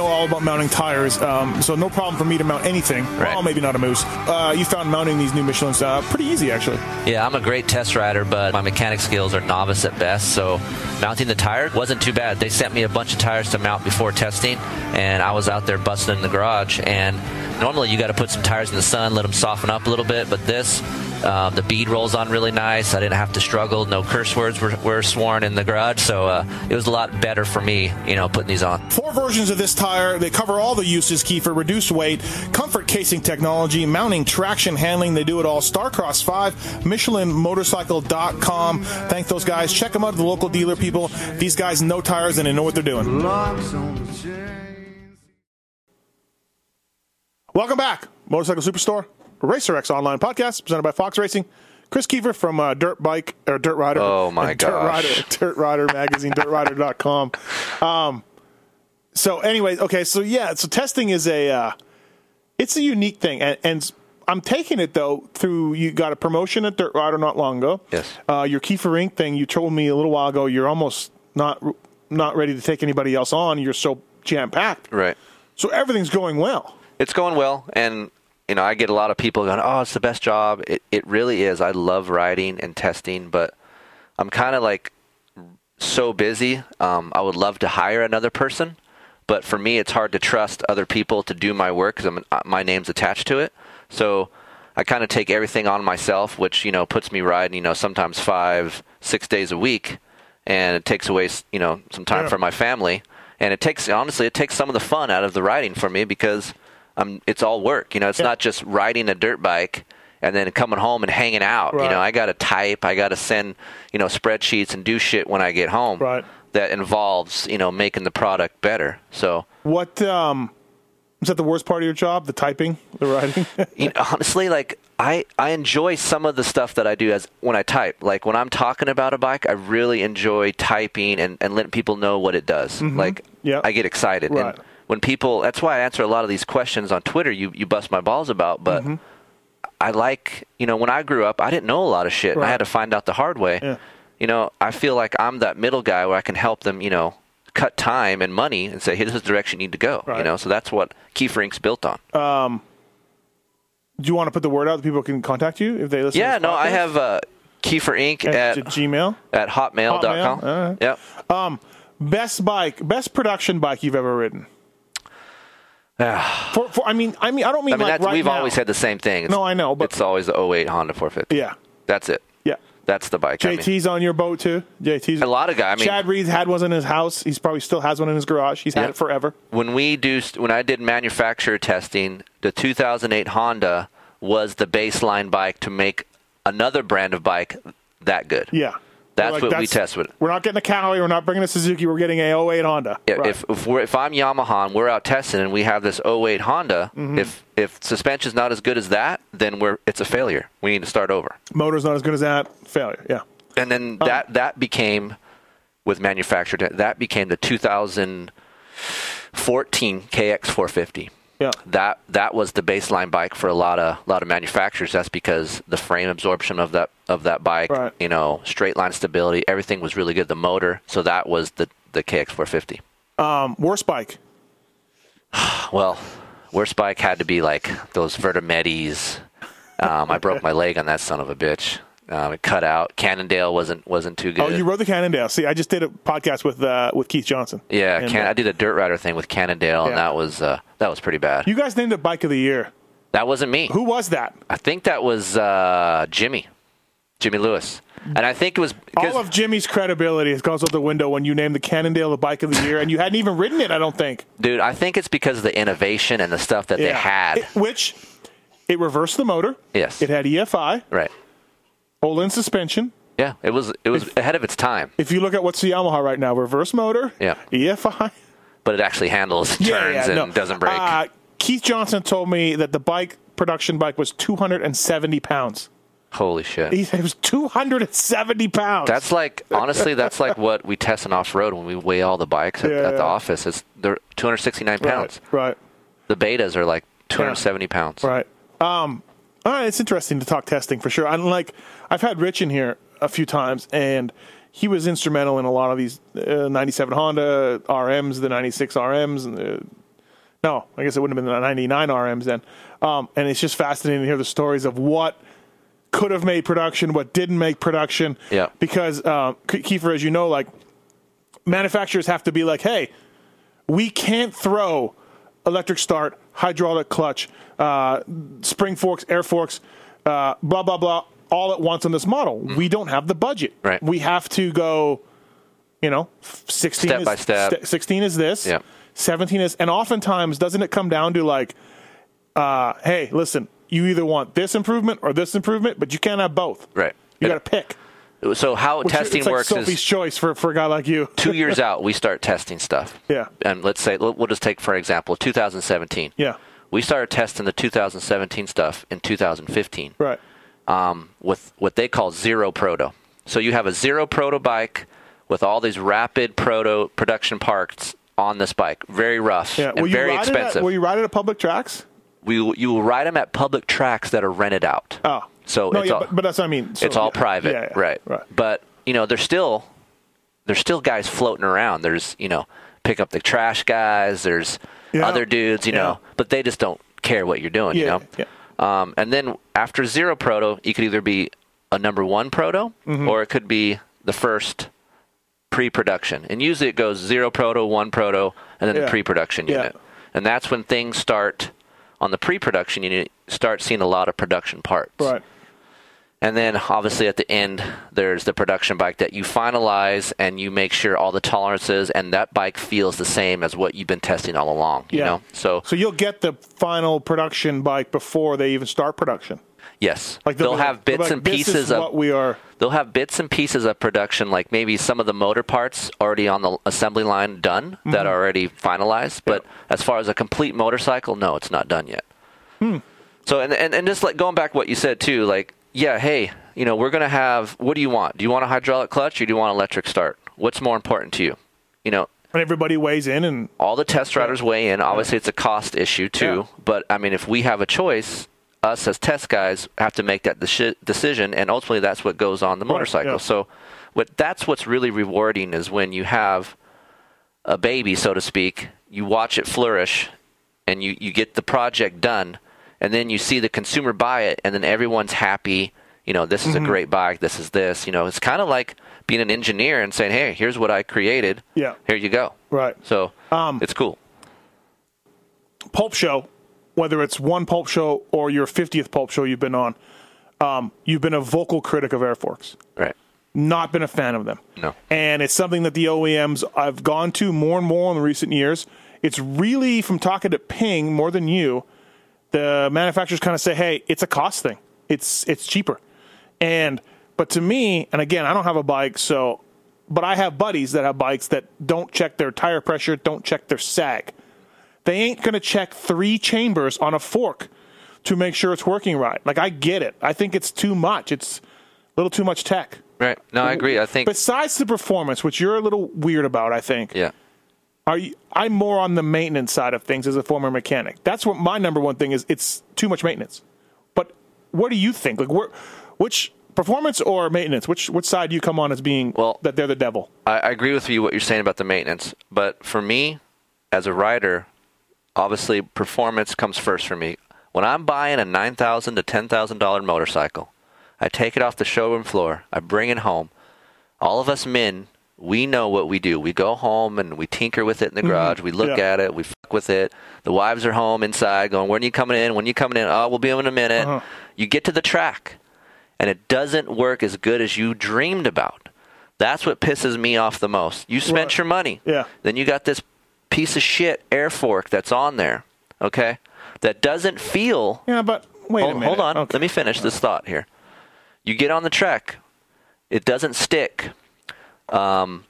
all about mounting tires, um, so no problem for me to mount anything. Right. Well, maybe not a moose. Uh, you found mounting these new Michelins uh, pretty easy, actually. Yeah, I'm a great test rider, but my mechanic skills are novice at best. So mounting the tire wasn't too bad. They sent me a bunch of tires to mount before testing, and I was out there busting in the garage. And normally you got to put some tires in the sun, let them soften up a little bit, but this. Um, the bead rolls on really nice. I didn't have to struggle. No curse words were, were sworn in the garage, so uh, it was a lot better for me, you know, putting these on. Four versions of this tire. They cover all the uses, Kiefer. Reduced weight, comfort casing technology, mounting, traction, handling. They do it all. Starcross 5, MichelinMotorcycle.com. Thank those guys. Check them out at the local dealer, people. These guys know tires and they know what they're doing. Welcome back, Motorcycle Superstore, Racer X online podcast presented by Fox Racing. Chris Kiefer from uh, Dirt Bike or Dirt Rider. Oh, my and Dirt gosh. Rider, Dirt Rider magazine, dirtrider.com. Um, so anyway, okay, so yeah, so testing is a uh, it's a unique thing, and, and I'm taking it though through you got a promotion at Dirt Rider not long ago. Yes. uh, your Kiefer Inc. thing you told me a little while ago. You're almost not not ready to take anybody else on. You're so jam packed. Right. So everything's going well. It's going well, and you know I get a lot of people going, "Oh, it's the best job." It it really is. I love riding and testing, but I'm kind of like so busy. Um, I would love to hire another person, but for me, it's hard to trust other people to do my work because my name's attached to it. So I kind of take everything on myself, which you know puts me riding, you know, sometimes five, six days a week, and it takes away, s- you know, some time Yeah. from my family. And it takes honestly, it takes some of the fun out of the riding for me because um, it's all work. You know, it's Yeah. not just riding a dirt bike and then coming home and hanging out. You Right. know, I got to type, I got to send, you know, spreadsheets and do shit when I get home Right. that involves you know making the product better. So What um is that the worst part of your job? The typing, the writing. you know, honestly, like I I enjoy some of the stuff that I do as when I type. Like when I'm talking about a bike, I really enjoy typing and and letting people know what it does. Like Yeah. I get excited. Mm-hmm. Right. And when people, that's why I answer a lot of these questions on Twitter. You you bust my balls about, but. Mm-hmm. I like, you know, when I grew up, I didn't know a lot of shit. And I Right. had to find out the hard way. Yeah. You know, I feel like I'm that middle guy where I can help them, you know, cut time and money and say, hey, this is the direction you need to go. Right. You know, so that's what Keyfrink's built on. Do you want to put the word out that people can contact you if they listen? yeah, to this no, I podcast? have uh, Kiefer Inc. And at, to Gmail. at hotmail.com. Hotmail, all right. Yep. Best bike, best production bike you've ever ridden. for, for I mean, I mean, I don't mean I mean, like that's, right we've now. always had the same thing. It's- No, I know, but- it's always the 08 Honda 450. yeah, That's it. yeah. That's the bike. I mean, JT's on your boat too. JT's a lot of guys. I mean, Chad Reed had one in his house. He's probably still has one in his garage. He's had Yeah. it forever. when we do when I did manufacturer testing, the 2008 Honda was the baseline bike to make another brand of bike that good. Yeah. That's We're what we test with. We're not getting a Cowie. We're not bringing a Suzuki. We're getting a 08 Honda. If Right. if, if, we're, if I'm Yamaha and we're out testing and we have this 08 Honda, Mm-hmm. if if suspension's not as good as that, then we're it's a failure. We need to start over. motor's not as good as that, failure. Yeah. and then Um, that that became with manufactured that became the 2014 KX450. Yeah. That that was the baseline bike for a lot of lot of manufacturers. That's because the frame absorption of that of that bike, Right. you know, straight line stability, everything was really good. The motor, so that was the the KX450. Um, worst bike. Well, worst bike had to be like those Vertimedis. Um, I broke my leg on that son of a bitch. Um, it cut out. Cannondale wasn't wasn't too good. Oh, you rode the Cannondale. See, I just did a podcast with uh, with Keith Johnson. yeah, And, can, uh, I did a dirt rider thing with Cannondale, Yeah. and that was uh, that was pretty bad. you guys named it Bike of the Year. that wasn't me. Who was that? I think that was uh, Jimmy, Jimmy Lewis, and I think it was 'cause- All of Jimmy's credibility has gone out the window when you named the Cannondale the Bike of the Year, and you hadn't even ridden it. I don't think. dude. I think it's because of the innovation and the stuff that they had. It- which it reversed the motor. Yes. It had E EFI, right. Olin suspension. Yeah, it was it was ahead of its time, If you look at what's the Yamaha right now, reverse motor. E Yeah. EFI. but it actually handles, turns, and doesn't break. Uh, Keith Johnson told me that the bike production bike was 270 pounds. Holy shit! He said it was 270 pounds. That's like honestly, that's like what we test on off road when we weigh all the bikes at, Yeah, at the yeah. office. It's they're 269 right, pounds. Right. The betas are like 270 pounds. Right. Um, all right. It's interesting to talk testing for sure. I'm like, I've had Rich in here a few times, and he was instrumental in a lot of these uh, 97 Honda RMs, the 96 RMs, and the, no, I guess it wouldn't have been the 99 RMs then. Um, and it's just fascinating to hear the stories of what could have made production, what didn't make production. Yeah. Because, um, K- Kiefer, as you know, like manufacturers have to be like, hey, we can't throw electric start, hydraulic clutch, uh, spring forks, air forks, uh, blah, blah, blah, all at once on this model. We don't have the budget. Mm-hmm. Right. We have to go, you know, f- 16 Step is, by step. 16 is this, Yeah. 17 is, and oftentimes doesn't it come down to like, uh, hey, listen, you either want this improvement or this improvement, but you can't have both. Right. You And- got to pick. So how Which testing it's like works Sophie's is choice for, for a guy like you. two years out we start testing stuff. Yeah. And let's say we'll we'll just take for example 2017. Yeah. We started testing the 2017 stuff in 2015. Right. um, with what they call zero proto. So you have a zero proto bike with all these rapid proto production parts on this bike. Very rough Yeah. and very ride it expensive. At, will you ride it at public tracks? we, you will ride them at public tracks that are rented out. Oh. so no, it's yeah, all, but, but that's what I mean. So, it's all yeah, private, yeah, yeah, right? Right. But you know, there's still there's still guys floating around. There's you know, pick up the trash guys. There's Yeah. other dudes, you know, but they just don't care what you're doing, you Yeah, know. yeah. Um, and then after zero proto, you could either be a number one proto, Mm-hmm. or it could be the first pre-production. And usually it goes zero proto, one proto, and then Yeah. the pre-production Yeah. unit. And that's when things start on the pre-production unit. Start seeing a lot of production parts. Right. And then obviously at the end, there's the production bike that you finalize and you make sure all the tolerances and that bike feels the same as what you've been testing all along. You Yeah. know? So, So you'll get the final production bike before they even start production. yes, they'll they'll be they'll have be bits like, and this is pieces of what we are. they'll have bits and pieces of production, like maybe some of the motor parts already on the assembly line done that are already finalized. But as far as a complete motorcycle, no, it's not done yet. So and, and and just like going back what you said too, like yeah, hey, you know we're gonna have. What do you want? Do you want a hydraulic clutch or do you want electric start? What's more important to you? You know, And everybody weighs in and all the test riders weigh in. Obviously, it's a cost issue too. But I mean, if we have a choice, us as test guys have to make that deci- decision, and ultimately, that's what goes on the motorcycle. yeah. So, what that's what's really rewarding is when you have a baby, so to speak. You watch it flourish, and you you get the project done, and then you see the consumer buy it, and then everyone's happy. You know, this is Mm-hmm. a great bike. This is this. You know, it's kind of like being an engineer and saying, "Hey, here's what I created. Yeah. here you go." Right. So Um, it's cool. pulp show, whether it's one pulp show or your 50th pulp show you've been on, um, you've been a vocal critic of Air Forks. Right. Not been a fan of them. No. And it's something that the OEMs I've gone to more and more in the recent years. It's really from talking to Ping more than you, the manufacturers kind of say, "Hey, it's a cost thing. It's it's cheaper." And but to me, and again, I don't have a bike, so but I have buddies that have bikes that don't check their tire pressure, don't check their sag. They ain't going to check 3 chambers on a fork to make sure it's working right. Like I get it. I think it's too much. It's a little too much tech. Right. No, I agree. I think. Besides the performance, which you're a little weird about, I think. yeah. Are you, I'm more on the maintenance side of things as a former mechanic. That's what my number one thing is. It's too much maintenance. But what do you think? Like, where, which performance or maintenance? Which which side do you come on as being Well- that they're the devil? I, I agree with you what you're saying about the maintenance, but for me, as a rider, obviously performance comes first for me. When I'm buying a nine thousand to ten thousand dollar motorcycle, I take it off the showroom floor. I bring it home. All of us men, we know what we do. We go home and we tinker with it in the garage. We look Mm-hmm. Yeah. at it. We fuck with it. The wives are home inside going, when are you coming in? When are you coming in? Oh, we'll be in a minute. Uh-huh. You get to the track and it doesn't work as good as you dreamed about. That's what pisses me off the most. You spent Right. your money. Yeah. Then you got this piece of shit air fork that's on there, okay? That doesn't feel. Yeah, but wait a Hold, minute. hold on. Okay. Let me finish this thought here. You get on the track, it doesn't stick. Um,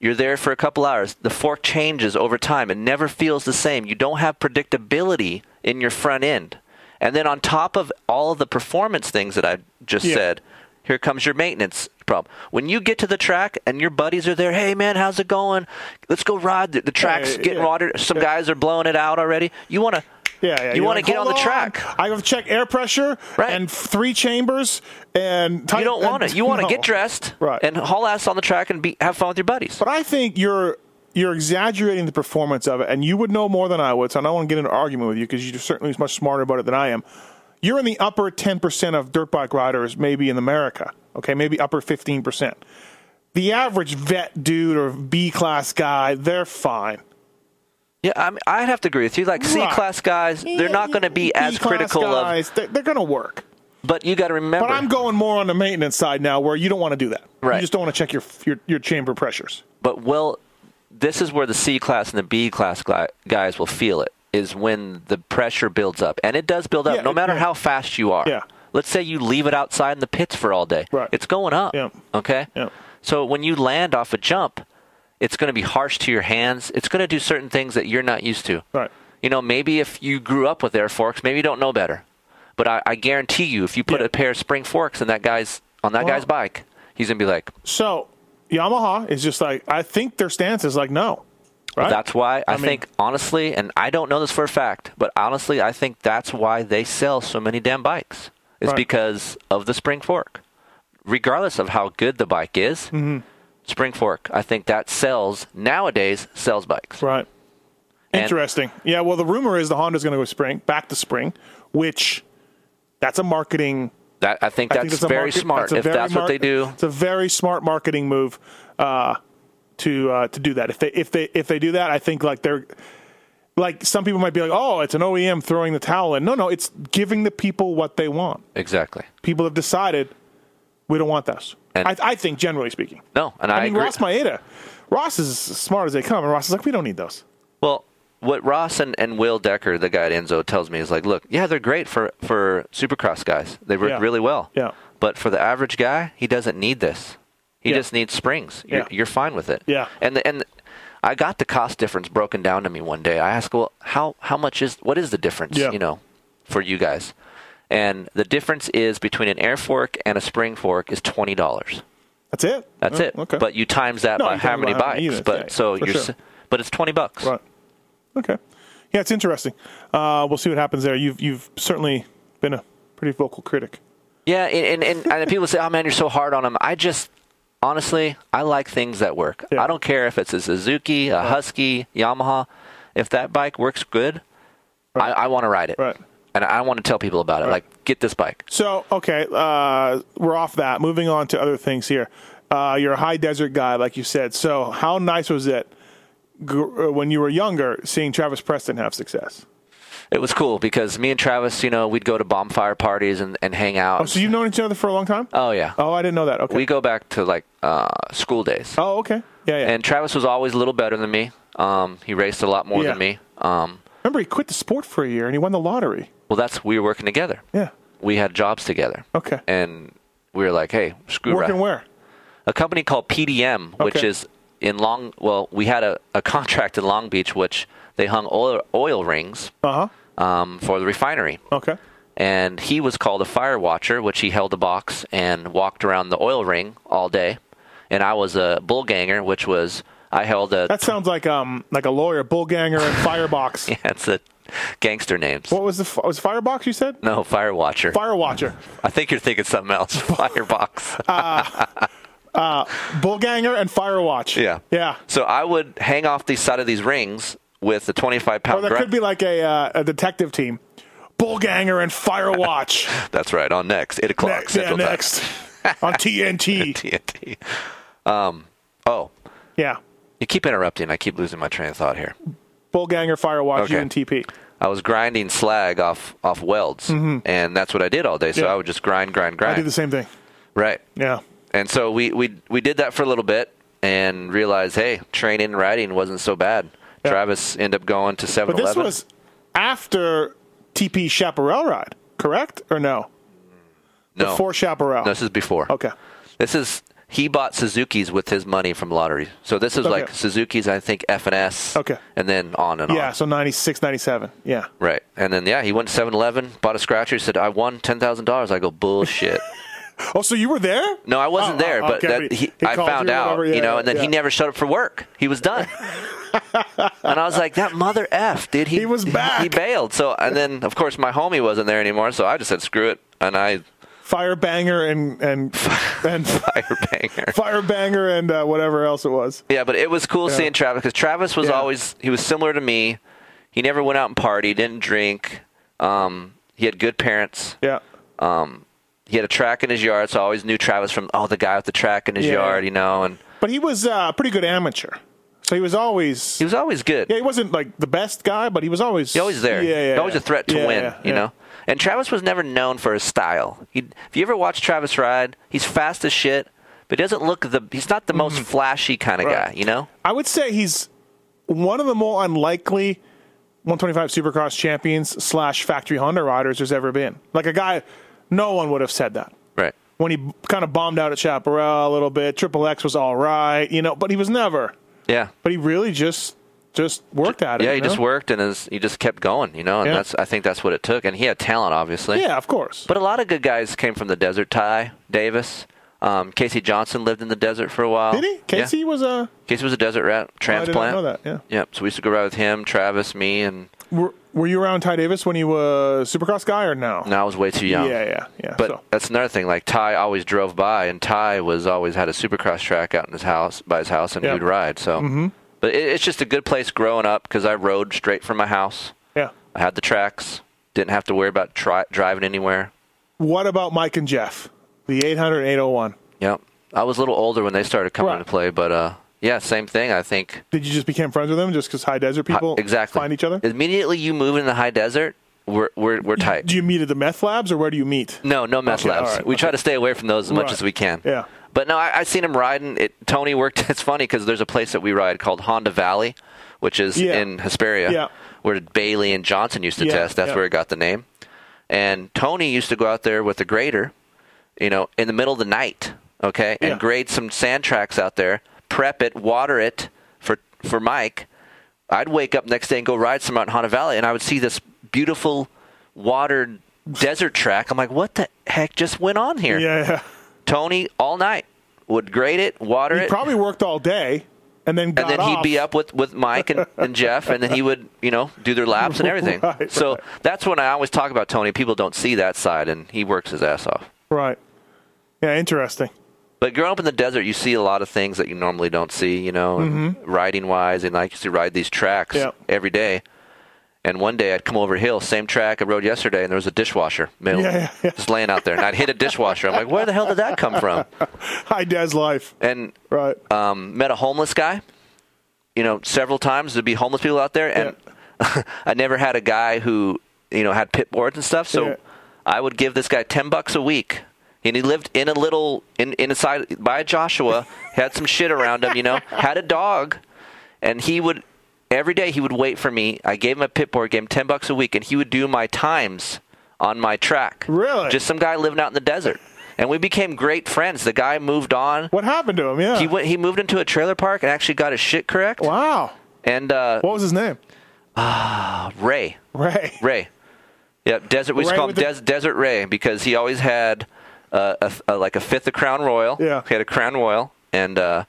you're there for a couple hours. The fork changes over time. It never feels the same. You don't have predictability in your front end. And then on top of all of the performance things that I just Yeah. said, here comes your maintenance problem. When you get to the track and your buddies are there, hey man, how's it going? Let's go ride. The, the track's yeah, getting yeah. watered. Some guys are blowing it out already. You want to Yeah, yeah. you you're want like, to get on "Hold the track. I have to check air pressure Right. and f- three chambers and. Tight, You don't want and- it. You want to No. get dressed Right. and haul ass on the track and be, have fun with your buddies. But I think you're you're exaggerating the performance of it, and you would know more than I would. So I don't want to get in an argument with you because you're certainly much smarter about it than I am. You're in the upper ten percent of dirt bike riders, maybe in America. Okay, maybe upper fifteen percent. The average vet dude or B class guy, they're fine. Yeah, I mean, I'd have to agree with you. Like C class guys, they're not going to E be as B-class critical of. guys, They're, they're going to work. But you got to remember. But I'm going more on the maintenance side now, where you don't want to do that. Right. You just don't want to check your your, your chamber pressures. but well, this is where the C class and the B class gli- guys will feel it. Is when the pressure builds up, and it does build up, Yeah, no it- matter yeah. how fast you are. Yeah. Let's say you leave it outside in the pits for all day. Right. It's going up. Yeah. Okay. Yeah. So when you land off a jump, it's going to be harsh to your hands. It's going to do certain things that you're not used to. Right. You know, maybe if you grew up with air forks, maybe you don't know better. But I, I guarantee you, if you put Yeah. a pair of spring forks in that guy's on that Well- guy's bike, he's gonna be like, So Yamaha is just like I think their stance is like no, right? "That's why." I, I mean- think honestly, and I don't know this for a fact, but honestly, I think that's why they sell so many damn bikes. It's Right. because of the spring fork, regardless of how good the bike is. Mm-hmm. Spring fork, I think that sells nowadays. Sells bikes. right. And- Interesting. yeah. Well, the rumor is the Honda's going to go spring back to spring, which that's a marketing. That I think I that's think a very market- smart. a if very that's what mar- they do, it's a very smart marketing move uh, to uh, to do that. If they if they if they do that, I think like they're like some people might be like, oh, it's an OEM throwing the towel in. No, no, it's giving the people what they want. exactly. People have decided we don't want this. And- I, I think, generally speaking. No, and I, I mean, agree. Ross Maeda. Ross is as smart as they come, and Ross is like, we don't need those. Well, what Ross and, and Will Decker, the guy at Enzo, tells me is like, look, yeah, they're great for, for supercross guys. They work Yeah. really well. Yeah. But for the average guy, he doesn't need this. He Yeah. just needs springs. You're, Yeah. you're fine with it. Yeah. And the, and I got the cost difference broken down to me one day. I asked, well, how how much is what is the difference? Yeah. You know, for you guys, and the difference is between an air fork and a spring fork is twenty dollars. That's it. That's Oh, it. Okay. But you times that No, by you how times many by how bikes? many units. but Yeah, so for you're, sure. s but it's twenty bucks. Right. Okay. Yeah, it's interesting. Uh, we'll see what happens there. You've you've certainly been a pretty vocal critic. Yeah, and, and, and, and people say, "Oh man, you're so hard on them." I just honestly, I like things that work. Yeah. I don't care if it's a Suzuki, a Husky, Yamaha. If that bike works good, I, I want to ride it, Right. and I want to tell people about it. Like, get this bike. So okay, uh, we're off that. Moving on to other things here. Uh, you're a high desert guy, like you said. So how nice was it gr- uh, when you were younger seeing Travis Preston have success? It was cool because me and Travis, you know, we'd go to bonfire parties and, and hang out. Oh, so you've known each other for a long time? Oh, yeah, oh, I didn't know that. Okay. we go back to like uh, school days. oh, okay. Yeah, yeah. And Travis was always a little better than me. Um, he raced a lot more Yeah. than me. Um, Remember, he quit the sport for a year and he won the lottery. well, that's we were working together. Yeah. Oh, we had jobs together. Okay. And we were like, hey, screw Working right. where? A company called PDM, which Okay. is in Long, well, we had a, a contract in Long Beach, which they hung oil, oil rings Uh um, for the refinery. huh. Okay. And he was called a fire watcher, which he held a box and walked around the oil ring all day. And I was a bull ganger, which was, I held a, That sounds like um like a lawyer, bullganger, and firebox. that's a gangster names. What was the f- was firebox? You said No, fire watcher. fire watcher, I think you're thinking something else. Firebox. Uh, bullganger, and firewatch. Yeah. yeah. So I would hang off the side of these rings with a 25 Or pound Oh, that gra- could be like a uh, a detective team. Bullganger and Firewatch. That's right. On next, eight o'clock next, yeah, Central Time. next on TNT. TNT. Um. Oh, yeah, you keep interrupting. I keep losing my train of thought here. Bullganger, Firewatch, Okay. UNTP. I was grinding slag off off welds, and that's what I did all day. So Mm-hmm. Yeah. I would just grind, grind, I grind. did the same thing. Right. Yeah, And so we, we we did that for a little bit and realized, hey, training and riding wasn't so bad. Yeah. Travis ended up going to 7 but this Eleven. was after TP Chaparral ride, correct or no? no, Before Chaparral. No, this is before. okay. This is, he bought Suzuki's with his money from lottery. So this is Okay. like Suzuki's, I think, F and S. Okay. And then on and Yeah, on. so 96, 97. Yeah. Right. And then, yeah, he went to 7 Eleven, bought a scratcher. He said, I won $10,000. I go, bullshit. Oh, so you were there? No, I wasn't Oh, there, oh, but okay, that, but he, he I called found you or out, whatever, you know, yeah, and then he yeah. never showed up for work. He was done. and I was like, that mother F, dude. He, He was back. He bailed. So, and then, of course, my homie wasn't there anymore, so I just said, screw it. And I Firebanger and and and firebanger. Firebanger and uh, whatever else it was. yeah, but it was cool seeing Travis because Travis was Yeah. always, he was similar to me. He never went out and partied, didn't drink. Um, he had good parents. Yeah. He had a track in his yard, so I always knew Travis from, oh, the guy with the track in his Yeah. yard, you know, and But he was uh, a pretty good amateur. So he was always he was always good. Yeah, he wasn't like the best guy, but he was always He's always there. Yeah, yeah. always a threat to Yeah, win. yeah, you yeah. know. And Travis was never known for his style. He, if you ever watch Travis ride, he's fast as shit, but he doesn't look the. He's not the most flashy kind of Mm-hmm. Right. guy. You know. I would say he's one of the more unlikely 125 Supercross champions slash factory Honda riders there's ever been. Like a guy, no one would have said that. Right. When he b- kind of bombed out at Chaparral a little bit, Triple X was all right, you know, but he was never. Yeah. But he really just just worked at it. Yeah, you he just know? worked and his, he just kept going, you know, and Yeah. that's I think that's what it took. And he had talent, obviously. Yeah, of course. But a lot of good guys came from the desert. Ty Davis, um, Casey Johnson lived in the desert for a while. Did he? uh, Yeah. Casey was a. Casey was a desert Oh, I rat did transplant. not know that. Yeah. Yep. So we used to go ride with him, Travis, me, and Were, were you around Ty Davis when he was Supercross guy or no? now I was way too Yeah, young. yeah, yeah. But so, that's another thing. Like Ty always drove by, and Ty was always had a supercross track out in his house by his house, and Yeah. Mm-hmm. we'd ride. So, but it, it's just a good place growing up because I rode straight from my house. yeah. I had the tracks, didn't have to worry about tri- driving anywhere. What about Mike and Jeff? The 800 and 801. Yep, I was a little older when they started coming Right. into play, but uh, yeah, same thing. I think Did you just become friends with them just because high desert people exactly find each other? immediately. You move in the high desert, we're we're, we're tight. Do you meet at the meth labs or where do you meet? No, no meth Okay, labs. all right, we try okay. to stay away from those as much Right. as we can. Yeah. But no, I, I seen him riding. It, Tony worked. It's funny because there's a place that we ride called Honda Valley, which is Yeah. in Hesperia, Yeah. where Bailey and Johnson used to Yeah, test. That's yeah. where it got the name. And Tony used to go out there with a grader, you know, in the middle of the night, okay, and Yeah. grade some sand tracks out there, prep it, water it for for Mike. I'd wake up next day and go ride some out in Honda Valley, and I would see this beautiful watered desert track. I'm like, what the heck just went on here? Yeah, yeah. Tony all night would grade it, water He it, probably worked all day and then got and then he'd off. be up with, with Mike and, and Jeff, and then he would you know do their laps and everything. Right, so right. that's when I always talk about Tony. People don't see that side, and he works his ass off. Right. Yeah, interesting. But growing up in the desert, you see a lot of things that you normally don't see, you know, and riding wise, and I used to ride these tracks Mm-hmm. Yeah. every day. And one day I'd come over a hill, same track I rode yesterday, and there was a dishwasher middle, Yeah, yeah, yeah. just laying out there. And I'd hit a dishwasher. I'm like, where the hell did that come from? High des life. And Right. um, met a homeless guy, you know, several times. There'd be homeless people out there, and I never had a guy who, you know, had pit boards and stuff. So Yeah. I would give this guy ten bucks a week, and he lived in a little in inside by Joshua, had some shit around him, you know, had a dog, and he would every day he would wait for me. I gave him a pit board, gave him ten bucks a week, and he would do my times on my track. Really? just some guy living out in the desert. And we became great friends. The guy moved on What happened to him? Yeah. he went, he moved into a trailer park and actually got his shit correct. wow. And uh, What was his name? Ray, Ray. Ray, yep, desert. We used to Ray call him with the- Des- Desert Ray because he always had uh, a, a, like a fifth of Crown Royal. Yeah. he had a Crown Royal, and uh,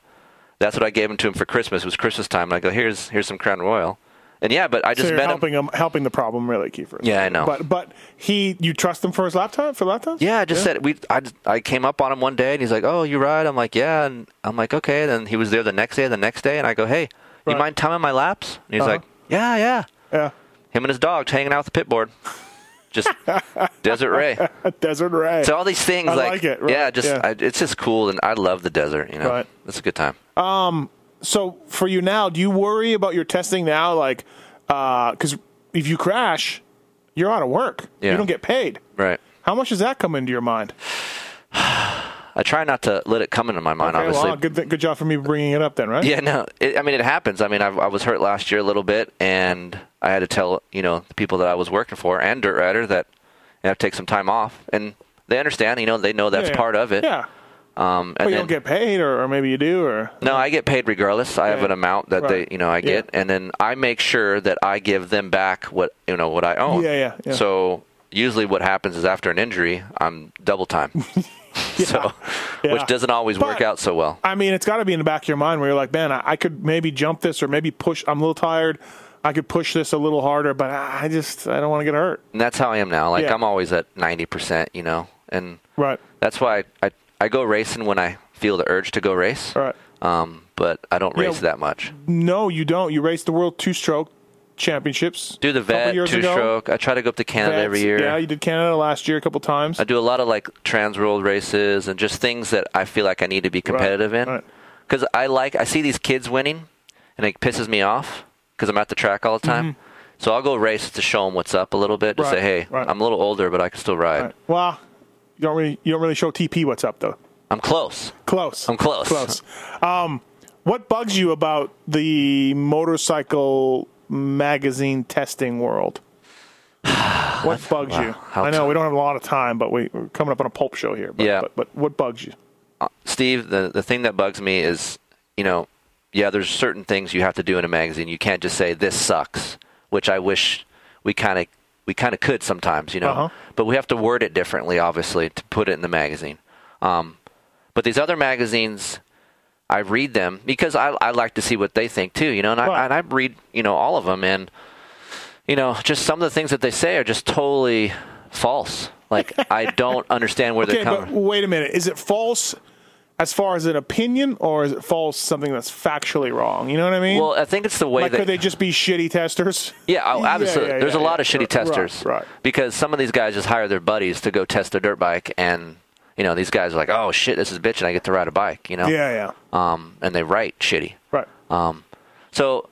that's what I gave him to him for Christmas. It was Christmas time, and I go, here's here's some Crown Royal, and yeah, but I So just you're met him. helping him. helping the problem really, Kiefer. Yeah, I know. But but he you trust him for his laptop for laptops? Yeah, I just said we. I, I came up on him one day, and he's like, "Oh, you ride?" I'm like, "Yeah," and I'm like, "Okay." Then he was there the next day, the next day, and I go, "Hey, you Right. mind timing my laps?" And he's Uh-huh. like, "Yeah, yeah." Yeah. him and his dog hanging out with the pit board. Just Desert Ray. Desert Ray. So all these things, I like, like it, right, yeah, just yeah. I, it's just cool, and I love the desert. You know, Right. it's a good time. so for you now, do you worry about your testing now? Like, because if you crash, you're out of work. Yeah. You don't get paid. Right. How much does that come into your mind? I try not to let it come into my mind. Okay, well, obviously, good, th- good job for me bringing it up then, right? Yeah, no. It, I mean, it happens. I mean, I've, I was hurt last year a little bit, and I had to tell you know the people that I was working for and Dirt Rider that I have to take some time off, and they understand. You know, they know that's Yeah, yeah. part of it. Yeah. Um, and But you then, don't get paid, or, or maybe you do, or no, I get paid regardless. I have Yeah. an amount that Right. they, you know, I get, and then I make sure that I give them back what you know what I own. Yeah, yeah, yeah. So usually, what happens is after an injury, I'm double time. So, Yeah. which doesn't always work But- out so well. I mean, it's got to be in the back of your mind where you're like, man, I, I could maybe jump this, or maybe push. I'm a little tired. I could push this a little harder, but I I just I don't want to get hurt. And that's how I am now. Like Yeah. I'm always at ninety percent, you know, and Right. that's why I, I I go racing when I feel the urge to go race. Right. Um, but I don't You race know- that much. No, you don't. You raced the World Two Stroke Championships. Do the a couple vet years two ago. stroke. I try to go up to Canada Vets. every year. Yeah, you did Canada last year a couple times. I do a lot of like trans world races and just things that I feel like I need to be competitive in. right. Because I like I see these kids winning, and it pisses me off because I'm at the track all the time. So I'll go race to show them what's up a little bit to Mm-hmm. Right, say, hey, right. I'm a little older, but I can still ride. Well, you don't really you don't really show TP what's up though. I'm close. Close. I'm close. Close. Um, what bugs you about the motorcycle magazine testing world? What bugs you? how I know t- we don't have a lot of time, but we, we're coming up on a pulp show here. But, Yeah. But, but what bugs you? Steve, the the thing that bugs me is, you know, yeah, there's certain things you have to do in a magazine. You can't just say this sucks, which I wish we kind of we kind of could sometimes, you know. Uh-huh. But we have to word it differently, obviously, to put it in the magazine. Um, but these other magazines, I read them because I I like to see what they think too, you know, and I Right. and I read you know all of them, and you know, just some of the things that they say are just totally false. Like I don't understand where Okay, they're coming. but wait a minute. Is it false as far as an opinion, or is it false something that's factually wrong? You know what I mean? well, I think it's the way like, that could they just be shitty testers? Yeah, oh, Yeah, obviously. yeah, There's yeah, a lot yeah. of shitty Right, testers. right. Because some of these guys just hire their buddies to go test their dirt bike, and you know these guys are like, "Oh shit, this is bitch, and I get to ride a bike," you know. Yeah, yeah. Um, and they write shitty. Right. Um, so,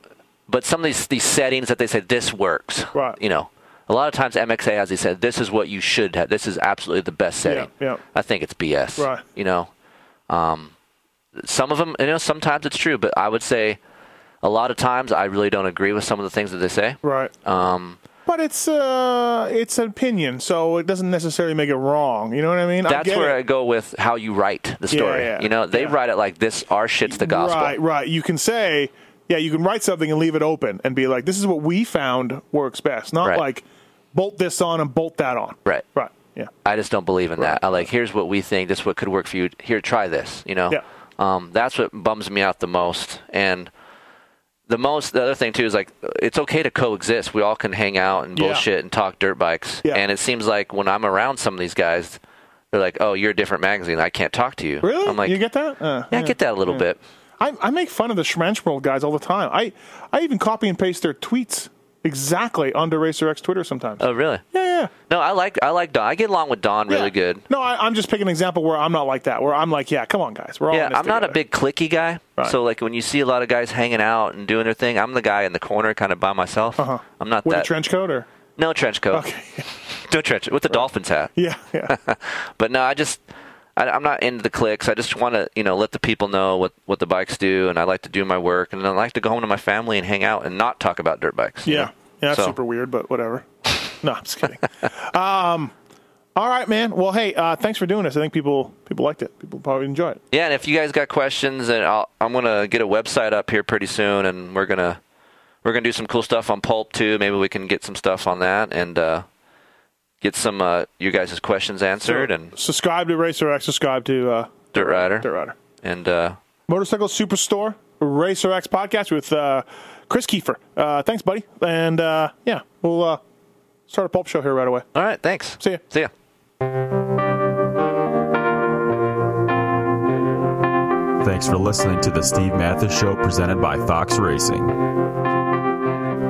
but some of these these settings that they say this works. Right. You know, a lot of times MXA has these said this is what you should have. This is absolutely the best setting. yeah. I think it's BS. Right. You know, um, some of them, you know, sometimes it's true, but I would say. A lot of times, I really don't agree with some of the things that they say. Right. Um, But it's uh, it's an opinion, so it doesn't necessarily make it wrong. You know what I mean? that's get where it. I go with how you write the story. yeah, you know, they yeah. write it like this: our shit's the gospel. Right, right. You can say, yeah, you can write something and leave it open and be like, this is what we found works best, not Right. like bolt this on and bolt that on. Right. Right. Yeah. I just don't believe in that. I like here's what we think. This is what could work for you. Here, try this. You know, Yeah. um, that's what bums me out the most. And the most, the other thing too is like it's okay to coexist. We all can hang out and Yeah. bullshit and talk dirt bikes. Yeah. And it seems like when I'm around some of these guys, they're like, "Oh, you're a different magazine. I can't talk to you." Really? I'm like, you get that? Uh, yeah, I get that a little bit. I, I make fun of the Schmench World guys all the time. I, I even copy and paste their tweets exactly onto Racer X Twitter sometimes. Oh, really? yeah, yeah. No, I like I like Don. I get along with Don Yeah. really good. No, I, I'm just picking an example where I'm not like that. Where I'm like, yeah, come on, guys, we're all. Yeah, in this I'm not a together. big clicky guy. Right. So like when you see a lot of guys hanging out and doing their thing, I'm the guy in the corner, kind of by myself. Uh-huh. I'm not with that a trench coat or no trench coat, okay, no trench with the Dolphins hat. yeah, yeah, But no, I just I, I'm not into the clicks. I just want to you know let the people know what what the bikes do, and I like to do my work, and I like to go home to my family and hang out and not talk about dirt bikes. you yeah. know? yeah that's So- super weird, but whatever. No, I'm just kidding. um, all right, man. Well, hey, uh, thanks for doing this. I think people people liked it. People probably enjoyed it. Yeah, and if you guys got questions, and I'll, I'm gonna get a website up here pretty soon, and we're gonna we're gonna do some cool stuff on pulp too. Maybe we can get some stuff on that and uh, get some uh, you guys' questions answered and subscribe to Racer X. Subscribe to uh, Dirt Rider Dirt Rider and uh, Motorcycle Superstore Racer X podcast with uh, Chris Kiefer. Uh, thanks, buddy. And uh, yeah, we'll uh, start a pulp show here right away. all right, thanks. See ya. See ya. Thanks for listening to the Steve Mathis Show presented by Fox Racing.